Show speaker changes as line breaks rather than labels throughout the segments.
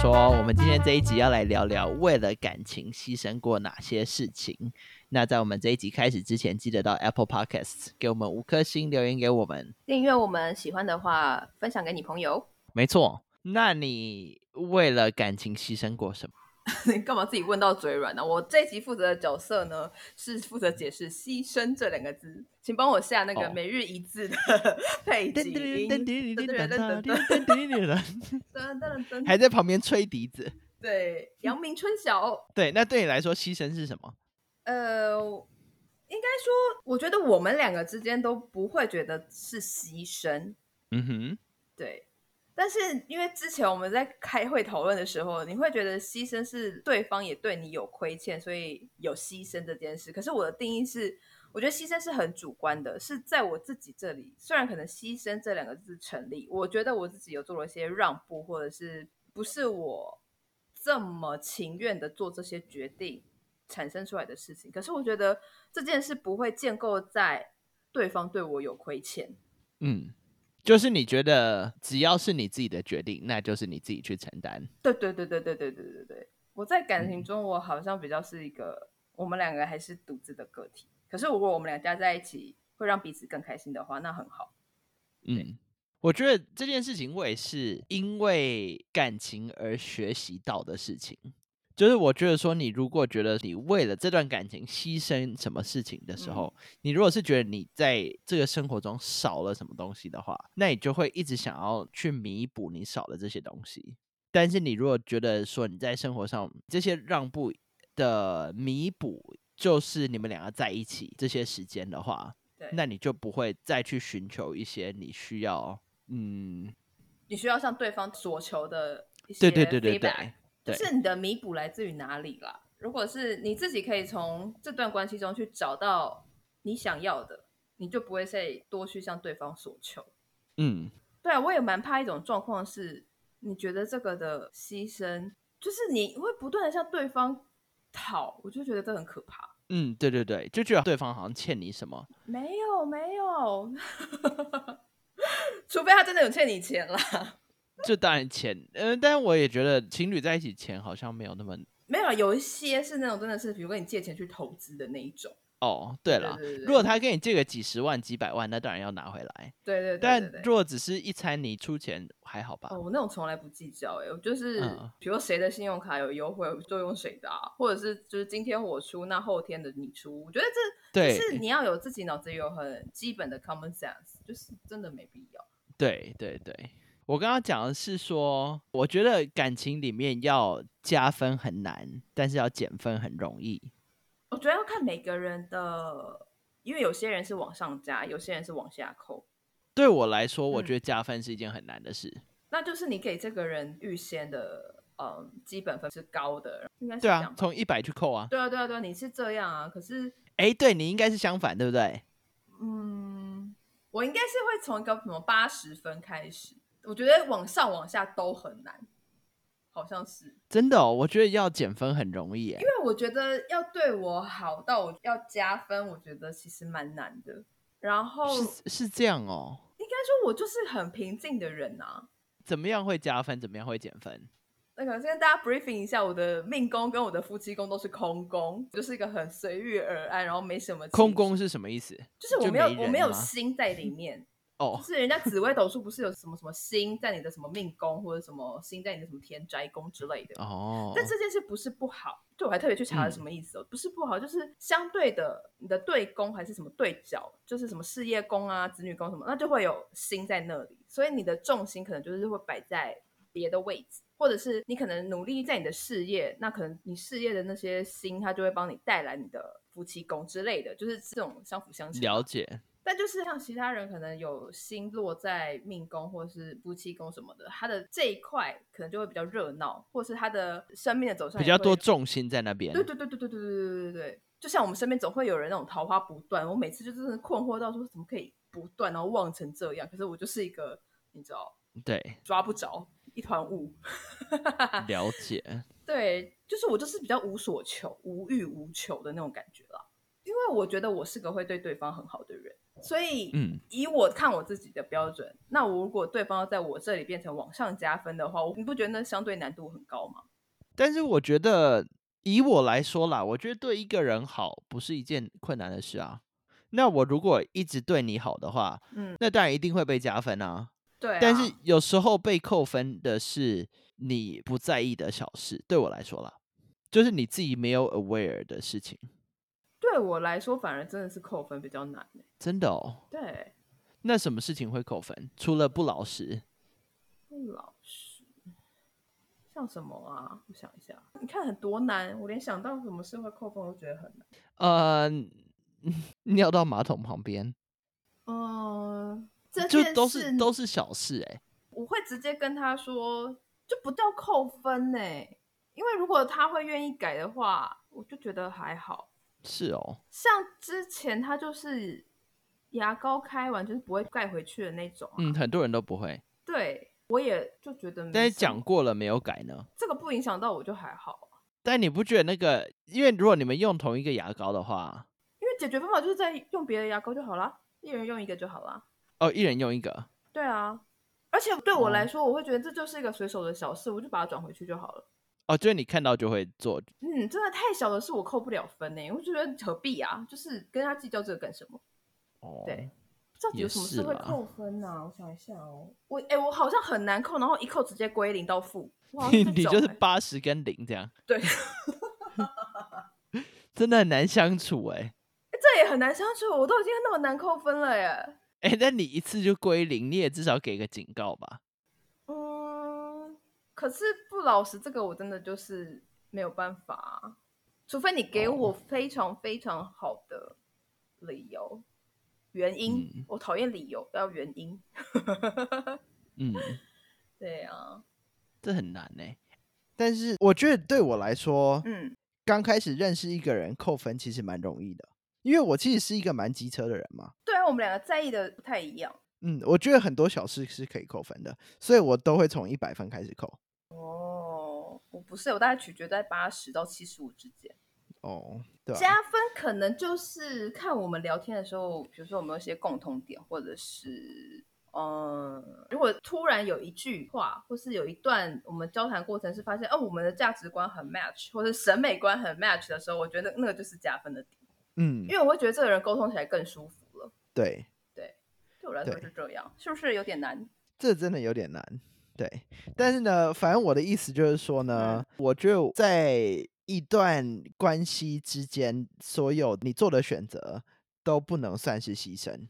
说，我们今天这一集要来聊聊为了感情牺牲过哪些事情。那在我们这一集开始之前，记得到 Apple Podcast 给我们五颗星留言给我们。
订阅我们喜欢的话，分享给你朋友。
没错，那你为了感情牺牲过什么？
你干嘛自己问到嘴软呢、我这集负责的角色呢，是负责解释“牺牲”这两个字，请帮我下那个
哦
每日一字的 配景音。噔噔噔
还在旁边吹笛子。
对，阳明春晓。
对，那对你来说牺牲是什么？
呃，应该说，我觉得我们两个之间都不会觉得是牺牲，
嗯哼，
对。但是因为之前我们在开会讨论的时候，你会觉得牺牲是对方也对你有亏欠，所以有牺牲这件事。可是我的定义是，我觉得牺牲是很主观的，是在我自己这里，虽然可能牺牲这两个字成立，我觉得我自己有做了一些让步，或者是不是我这么情愿的做这些决定产生出来的事情。可是我觉得这件事不会建构在对方对我有亏欠。
嗯，就是你觉得只要是你自己的决定，那就是你自己去承担。
对对对对对对对对对，我在感
嗯
情中，我好像比较是一个，我们两个还是独自的个体。可是如果我们两家在一起，会让彼此更开心的话，那很好。
嗯，我觉得这件事情我也是因为感情而学习到的事情。就是我觉得说，你如果觉得你为了这段感情牺牲什么事情的时候，你如果是觉得你在这个生活中少了什么东西的话，那你就会一直想要去弥补你少的这些东西。但是你如果觉得说你在生活上这些让步的弥补，就是你们两个在一起这些时间的话，
对，
那你就不会再去寻求一些你需要，嗯，
你需要向对方所求的一些
对对对对
feedback
对，对
就是你的弥补来自于哪里啦？如果是你自己可以从这段关系中去找到你想要的，你就不会再多去向对方所求。
嗯，
对啊，我也蛮怕一种状况是，你觉得这个的牺牲，就是你会不断的向对方讨，我就觉得这很可怕。
嗯，对对对，就觉得对方好像欠你什么，
没有没有， 除非他真的有欠你钱啦。
这当然欠，嗯、但但我也觉得情侣在一起前好像没有那么，
没有，有一些是那种真的是，比如跟你借钱去投资的那一种。
哦，对
对
了，
对对
如果他跟你借个几十万、几百万，那当然要拿回来，
对对对对
但
对。
如果只是一餐你出钱，还好吧？
哦，我那种从来不计较、欸，哎，我就是
嗯
比如谁的信用卡有优惠，我就用谁的、啊，或者是就是今天我出，那后天的你出，我觉得这
对，
就是你要有自己脑子有很基本的 common sense，就是真的没必要。
对对对，我刚刚讲的是说，我觉得感情里面要加分很难，但是要减分很容易，
我觉得要看每个人的，因为有些人是往上加，有些人是往下扣，
对我来说，我
嗯
觉得加分是一件很难的事。
那就是你给这个人预先的，嗯，基本分是高的，应该是这
对
样
啊，
吧。
从一百去扣啊。
对啊，对啊，对啊，你是这样啊。可是，
哎，对你应该是相反，对不对？
嗯，我应该是会从一个什么八十分开始，我觉得往上往下都很难，好像是。
真的、哦，我觉得要减分很容易耶
因。为我觉得要对我好到我要加分，我觉得其实蛮难的。然后应该
是是这样哦。
说，我就是很平静的人啊。
怎么样会加分？怎么样会减分？
那个先跟大家 briefing 一下，我的命宫跟我的夫妻宫都是空宫，就是一个很随遇而安，然后没什么
空
情
宫是什么意思？
绪，就是我
就
没有
没人
我没有
吗
心在里面。
哦
就，是人家紫微斗数不是有什么什么星在你的什么命宫，或者什么星在你的什么田宅宫之类的。
哦，嗯
但这件事不是不好，对我还特别去查了什么意思哦，不是不好，就是相对的，你的对宫还是什么对角，就是什么事业宫啊、子女宫什么，那就会有心在那里，所以你的重心可能就是会摆在别的位置，或者是你可能努力在你的事业，那可能你事业的那些心，它就会帮你带来你的夫妻宫之类的，就是这种相辅相成。
了解。
但就是像其他人可能有星落在命宫或是夫妻宫什么的，他的这一块可能就会比较热闹，或是他的生命的走向
比
也
较
会
多。重心在那边
对。对对对对对对对对对，就像我们身边总会有人那种桃花不断，我每次就真的困惑到说怎么可以不断，然后旺成这样，可是我就是一个你知道
对，
抓不着一团雾。
了解。
对，就是我就是比较无所求、无欲无求的那种感觉啦。因为我觉得我是个会对对方很好的人，所以，
嗯，
以我看我自己的标准，那我如果对方要在我这里变成往上加分的话，我你不觉得那相对难度很高吗？
但是我觉得以我来说啦，我觉得对一个人好不是一件困难的事啊。那我如果一直对你好的话，
嗯，
那当然一定会被加分啊。
对、啊，
但是有时候被扣分的是你不在意的小事，对我来说啦，就是你自己没有 aware 的事情，
对我来说，反而真的是扣分比较难欸、
真的哦。
对，
那什么事情会扣分？除了不老实，
不老实，像什么啊？我想一下，你看很多难，我连想到什么事会扣分，我都觉得很难。
呃，尿到马桶旁边，
嗯，这
就
件事
都是都是小事哎、
我会直接跟他说，就不叫扣分呢、因为如果他会愿意改的话，我就觉得还好。
是哦，
像之前他就是牙膏开完就是不会盖回去的那种、啊，
嗯，很多人都不会，
对我也就觉得没什么。
但是讲过了没有改呢？
这个不影响到我就还好啊，
但你不觉得那个，因为如果你们用同一个牙膏的话，
因为解决方法就是在用别的牙膏就好啦，一人用一个就好啦。
哦，一人用一个，
对啊，而且对我
哦
来说，我会觉得这就是一个随手的小事，我就把它转回去就好了。
哦，就是你看到就会做，
嗯，真的太小的事我扣不了分呢、我就觉得何必啊？就是跟他计较这个干什么？
哦，
对，到底有什么事
也
会
是啦
扣分呢、我想一下哦，我哎、我好像很难扣，然后一扣直接归零到负。我好像
你
这
你
种
就是
欸
八十跟零这样，
对，
真的很难相处哎、
这也很难相处，我都已经那么难扣分了耶。
哎、那你一次就归零，你也至少给个警告吧。
嗯，可是不老实这个我真的就是没有办法啊、除非你给
哦
我非常非常好的理由、原因。
嗯
我讨厌理由，要原因。
嗯，
对啊，
这很难哎、但是我觉得对我来说，
嗯
刚开始认识一个人扣分其实蛮容易的，因为我其实是一个蛮机车的人嘛。，
对啊，我们两个在意的不太一样。
嗯，我觉得很多小事是可以扣分的，所以我都会从一百分开始扣。
哦，我不是，我大概取决在八十到七十五之间。
哦，对吧、
加分可能就是看我们聊天的时候，比如说有没有一些共同点，或者是嗯，如果突然有一句话，或是有一段我们交谈过程是发现哦，我们的价值观很 match，或者审美观很 match 的时候，我觉得那个就是加分的点，
嗯
因，为我会觉得这个人沟通起来更舒服了。
对，
对我来说
对
是这样，是不是有点难？
这真的有点难。对，但是呢，反正我的意思就是说
嗯
呢，我就在一段关系之间，所有你做的选择都不能算是牺牲。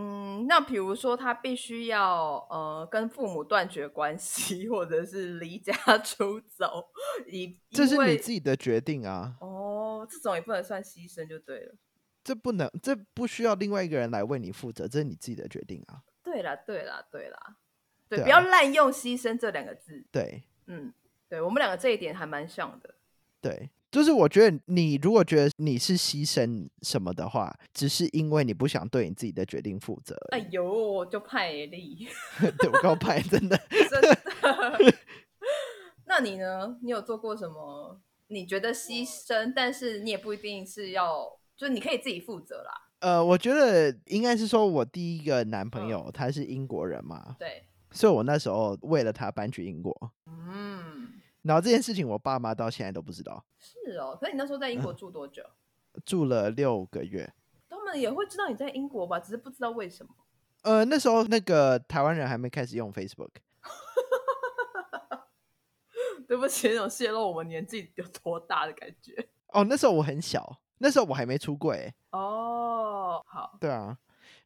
嗯，那比如说他必须要呃跟父母断绝关系，或者是离家出走，以
这是你
因为
自己的决定啊，
哦，这种也不能算牺牲就对了。
这不能，这不需要另外一个人来为你负责，这是你自己的决定啊。
对啦，对啦，对啦，对，
对
不要
啊
滥用“牺牲”这两个字。
对
嗯，对我们两个这一点还蛮像的。
对，就是我觉得你如果觉得你是牺牲什么的话，只是因为你不想对你自己的决定负责而
哎呦，就派力，
已。 对我告白，真的，
真的。 那你呢？你有做过什么？你觉得牺牲，但是你也不一定是要，就是你可以自己负责啦。
呃，我觉得应该是说，我第一个男朋
嗯
友他是英国人嘛，
对，
所以我那时候为了他搬去英国。
嗯，
然后这件事情，我爸妈到现在都不知道，
是哦。可是你那时候在英国住 多久？
住了六个月。
他们也会知道你在英国吧，只是不知道为什么。
呃，那时候那个台湾人还没开始用 Facebook，
对不起，那种泄露我们年纪有多大的感觉。
哦，那时候我很小，那时候我还没出柜欸，
哦，好，
对啊。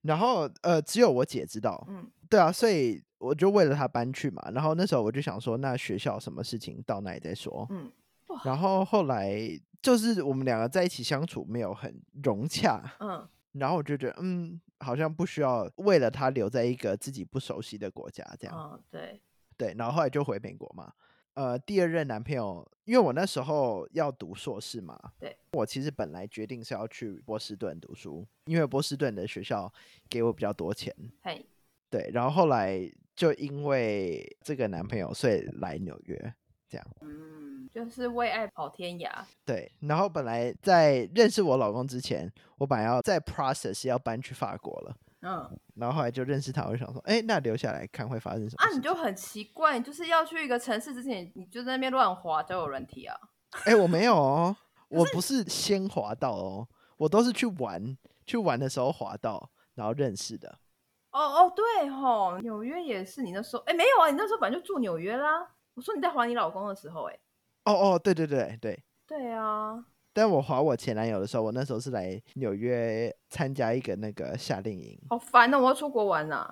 然后呃，只有我姐知道，
嗯，
对啊，所以我就为了她搬去嘛。然后那时候我就想说，那学校什么事情到那里再说。
嗯，哇
然后后来就是我们两个在一起相处没有很融洽，
嗯，
然后我就觉得嗯，好像不需要为了她留在一个自己不熟悉的国家这样。
嗯，对，
对，然后后来就回美国嘛。呃，第二任男朋友，因为我那时候要读硕士嘛，
对，
我其实本来决定是要去波士顿读书，因为波士顿的学校给我比较多钱，
嘿，
对，然后后来就因为这个男朋友，所以来纽约，
嗯，就是为爱跑天涯。嗯
对，然后本来在认识我老公之前，我本来要在 process 要搬去法国了，
嗯
然后后来就认识他，我就想说，哎，那留下来看会发生什么
啊，
事
你就很奇怪，你就是要去一个城市之前，你就在那边乱滑交友软体啊。
哎、我没有 哦，我不是先滑到哦，我都是去玩，去玩的时候滑到，然后认识的。
哦哦，对吼，纽约也是你那时候，哎，没有啊，你那时候本来就住纽约啦。我说你在滑你老公的时候，哎，
哦哦，对对对对，
对啊，
但我滑我前男友的时候，我那时候是来纽约参加一个那个夏令
，
营
好烦哦，我要出国玩呐、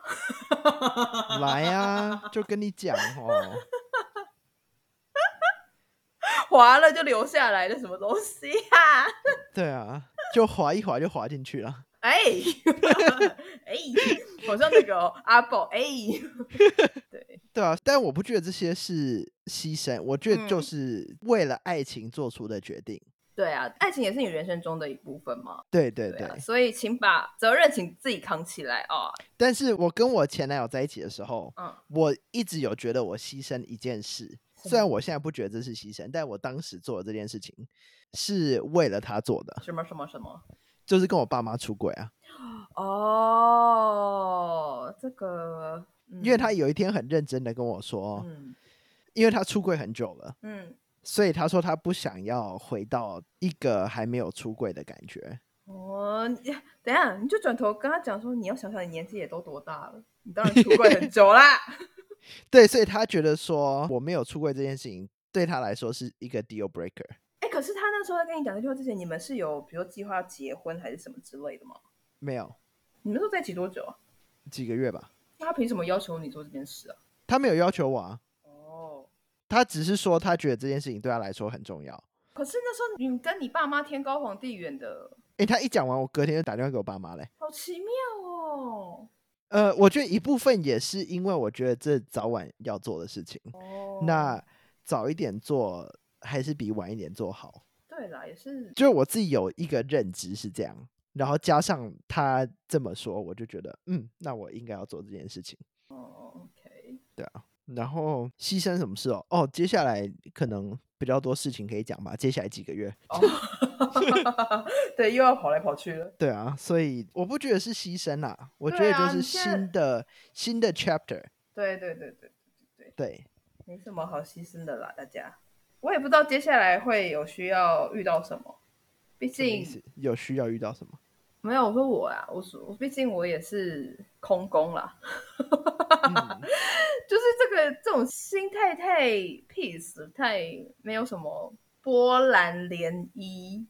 来啊，就跟你讲哦，
滑了就留下来的什么东西啊？
对啊，就滑一滑就滑进去了。
哎 哎，好像那个哦、阿宝哎，对，
对啊，但我不觉得这些是牺牲，我觉得就
嗯
是为了爱情做出的决定。
对啊，爱情也是你人生中的一部分嘛，
对对对，
啊，所以请把责任请自己扛起来啊，
但是我跟我前男友在一起的时候，
嗯
我一直有觉得我牺牲一件事，虽然我现在不觉得这是牺牲，但我当时做的这件事情是为了他做的，
什么什么什么，
就是跟我爸妈出轨啊，
哦，这个，嗯
因为他有一天很认真的跟我说，
嗯
因为他出轨很久了，
嗯，
所以他说他不想要回到一个还没有出轨的感觉。
哦，你等一下你就转头跟他讲说，你要想想你年纪也都多大了，你当然出柜很久啦，
对，所以他觉得说我没有出轨这件事情对他来说是一个 deal breaker。
哎、可是他那时候在跟你讲这句话之前，你们是有比如说计划要结婚还是什么之类的吗？
没有
你们都在一起多久啊？
几个月吧，
那他凭什么要求你做这件事啊？
他没有要求我啊，
哦，
他只是说他觉得这件事情对他来说很重要。
可是那时候你跟你爸妈天高皇帝远的，
诶，他一讲完，我隔天就打电话给我爸妈嘞。
好奇妙哦。
呃，我觉得一部分也是因为我觉得这早晚要做的事情，
哦，
那早一点做还是比晚一点做好。
对啦，也是
就是我自己有一个认知是这样，然后加上他这么说，我就觉得，嗯，那我应该要做这件事情。
哦，OK，
然后牺牲什么事哦？哦，接下来可能比较多事情可以讲吧。接下来几个月，
哦，对，又要跑来跑去了。
对啊，所以我不觉得是牺牲啦，我觉
对
得
啊
就是
你现在
新的、新的 chapter。
对对对对，
对，
没什么好牺牲的啦，大家。我也不知道接下来会有需要遇到什么，毕
什么意
竟
思？有需要遇到 什么？
没有，我说我啊，我说，毕竟我也是空工啦，
嗯
就是这个这种心态太 peace，太没有什么波澜涟漪，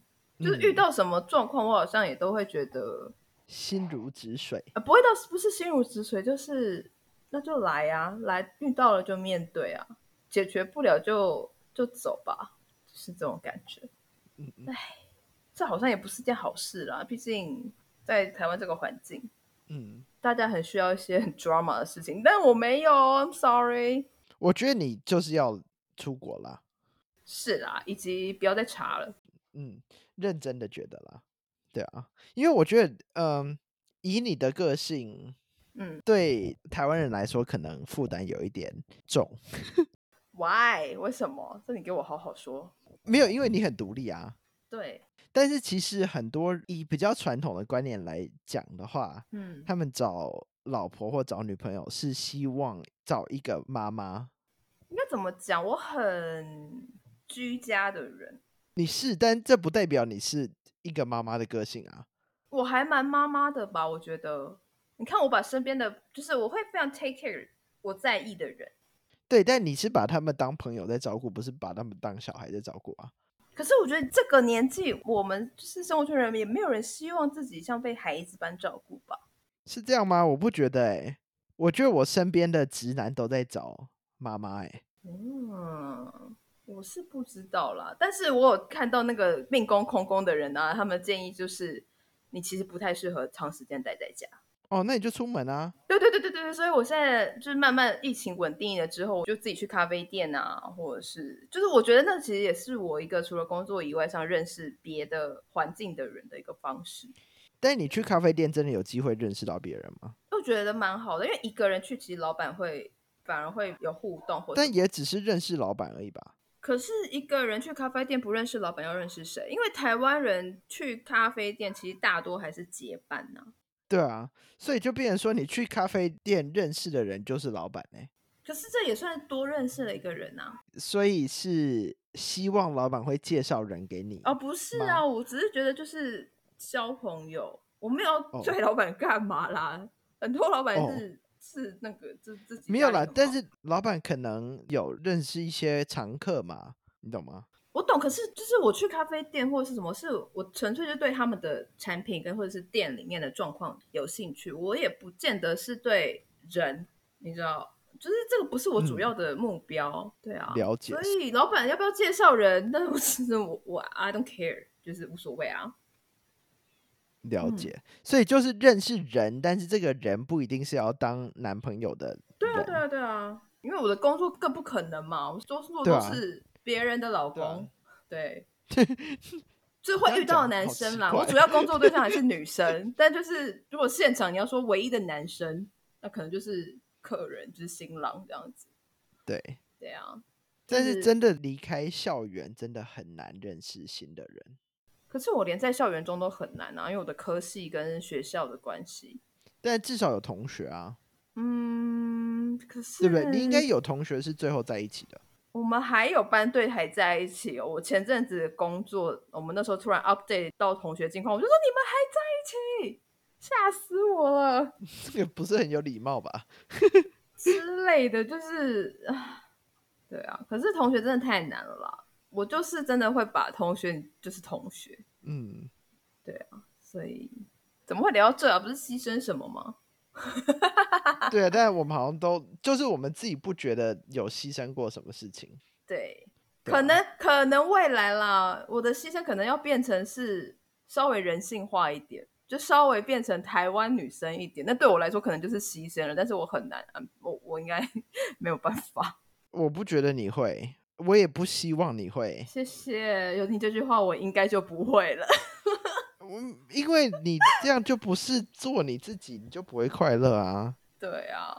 就是遇
嗯
到什么状况，我好像也都会觉得，
心如止水。
呃、不会到不是心如止水，就是那就来啊，来遇到了就面对啊，解决不了就就走吧，是这种感觉。
嗯嗯
这好像也不是件好事啦，毕竟在台湾这个环境。
嗯，
大家很需要一些很 drama 的事情，但我没有，I'm sorry。
我觉得你就是要出国啦。
是啦，以及不要再查了。
嗯，认真的觉得啦。对啊，因为我觉得，嗯、以你的个性，
嗯
对台湾人来说可能负担有一点重。
，Why？为什么？这你给我好好说。
没有，因为你很独立啊。
对，
但是其实很多以比较传统的观念来讲的话，
嗯，
他们找老婆或找女朋友是希望找一个妈妈。
应该怎么讲？我很居家的人，
你是，但这不代表你是一个妈妈的个性啊。
我还蛮妈妈的吧？我觉得，你看我把身边的，就是我会非常 take care 我在意的人。
对，但你是把他们当朋友在照顾，不是把他们当小孩在照顾啊。
可是我觉得这个年纪，我们就是生活圈人，也没有人希望自己像被孩子般照顾吧？
是这样吗？我不觉得哎、我觉得我身边的直男都在找妈妈哎。
嗯，我是不知道啦，但是我有看到那个命宫空宫的人啊，他们建议就是你其实不太适合长时间待在家。
哦，那你就出门啊。
对对对对对对，所以我现在就是慢慢疫情稳定了之后，我就自己去咖啡店啊，或者是就是我觉得那其实也是我一个除了工作以外上认识别的环境的人的一个方式，
但你去咖啡店真的有机会认识到别人吗？
我觉得蛮好的，因为一个人去，其实老板会反而会有互动，或者
但也只是认识老板而已吧。
可是一个人去咖啡店不认识老板，要认识谁？因为台湾人去咖啡店其实大多还是结伴呐、
对啊，所以就变成说，你去咖啡店认识的人就是老板欸呢、
可是这也算多认识了一个人啊！
所以是希望老板会介绍人给你。
哦，不是啊，我只是觉得就是交朋友，我没有
哦
要对老板干嘛啦。很多老板
哦
是、是那个自自己
没有
家里
啦，
的
但
嘛
是老板可能有认识一些常客嘛，你懂吗？
我懂，可是就是我去咖啡店或者是什么，是我纯粹就对他们的产品跟或者是店里面的状况有兴趣，我也不见得是对人，你知道，就是这个不是我主
嗯
要的目标，对啊，
了解
所以老板要不要介绍人，那我其实我我 I don't care，就是无所谓啊。
了
嗯
解，所以就是认识人，但是这个人不一定是要当男朋友的。
对啊，对啊，对啊，因为我的工作更不可能嘛，我都做
对
都
啊
是别人的老
对啊
公，对。 最
这
会
样
遇到的
讲
男
好奇
生啦，
怪
我主要工作对象还是 女生，但就是如果现场你要说唯一的男生，那可能就是客人，就是新郎这样子。
对，
对啊，
但是
是
真的离开校园，真的很难认识新的人。
可是我连在校园中都很难啊，因为我的科系跟学校的关系。
但至少有同学啊，
嗯，可
对
是
不对？你
嗯
应该有同学是最后在一起的。
我们还有班队还在一起哦。我前阵子工作，我们那时候突然 update 到同学近况，我就说你们还在一起，吓死我了
这个不是很有礼貌吧？
之类的，就是，唉对啊。可是同学真的太难了啦，我就是真的会把同学就是同学，
嗯，
所以怎么会聊到这啊？不是牺牲什么吗？
对啊。但我们好像都就是我们自己不觉得有牺牲过什么事情。
对，
对啊
可能可能未来啦，我的牺牲可能要变成是稍微人性化一点，就稍微变成台湾女生一点。那对我来说可能就是牺牲了，但是我很难，嗯我我应该没有办法。
我不觉得你会，我也不希望你会。
谢谢，有你这句话，我应该就不会了。
我因为你这样就不是做你自己，你就不会快乐啊。
对啊，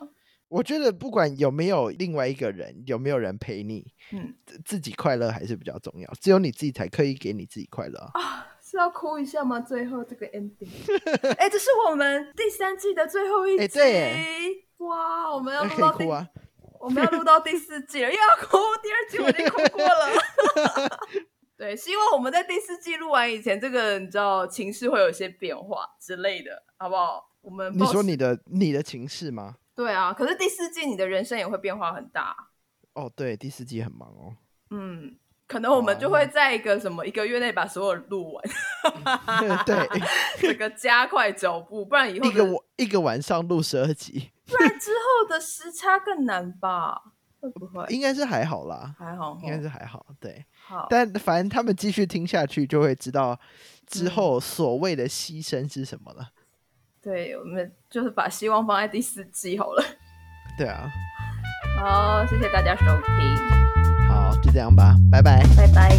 我觉得不管有没有另外一个人，有没有人陪你，
嗯，
自自己快乐还是比较重要。只有你自己才可以给你自己快乐啊、
是要哭一下吗？最后这个 ending，哎、这是我们第三季的最后一集。
哎对耶
哇，我们要
那
录
可以
到第，
哭啊！
我们要录到第四季了，又要哭，第二季我已经哭过了。 对，希望我们在第四季录完以前，这个你知道情势会有一些变化之类的，好不好？我们
你说你的你的情绪吗？
对啊，可是第四季你的人生也会变化很大，
哦，对，第四季很忙 哦。
嗯，可能我们就会在一个什么一个月内把所有录完，
对，
这个加快脚步，不然以后
一个
的
我一个晚上录十二集，
不然之后的时差更难吧？会不会？
应该是还好啦，
还好吼，
应该是还好。对，
好，
但反正他们继续听下去，就会知道之后所谓的牺牲是什么了。
对，我们就是把希望放在第四季好了。
对啊，
好，谢谢大家收听，
好，就这样吧，拜拜。
拜拜。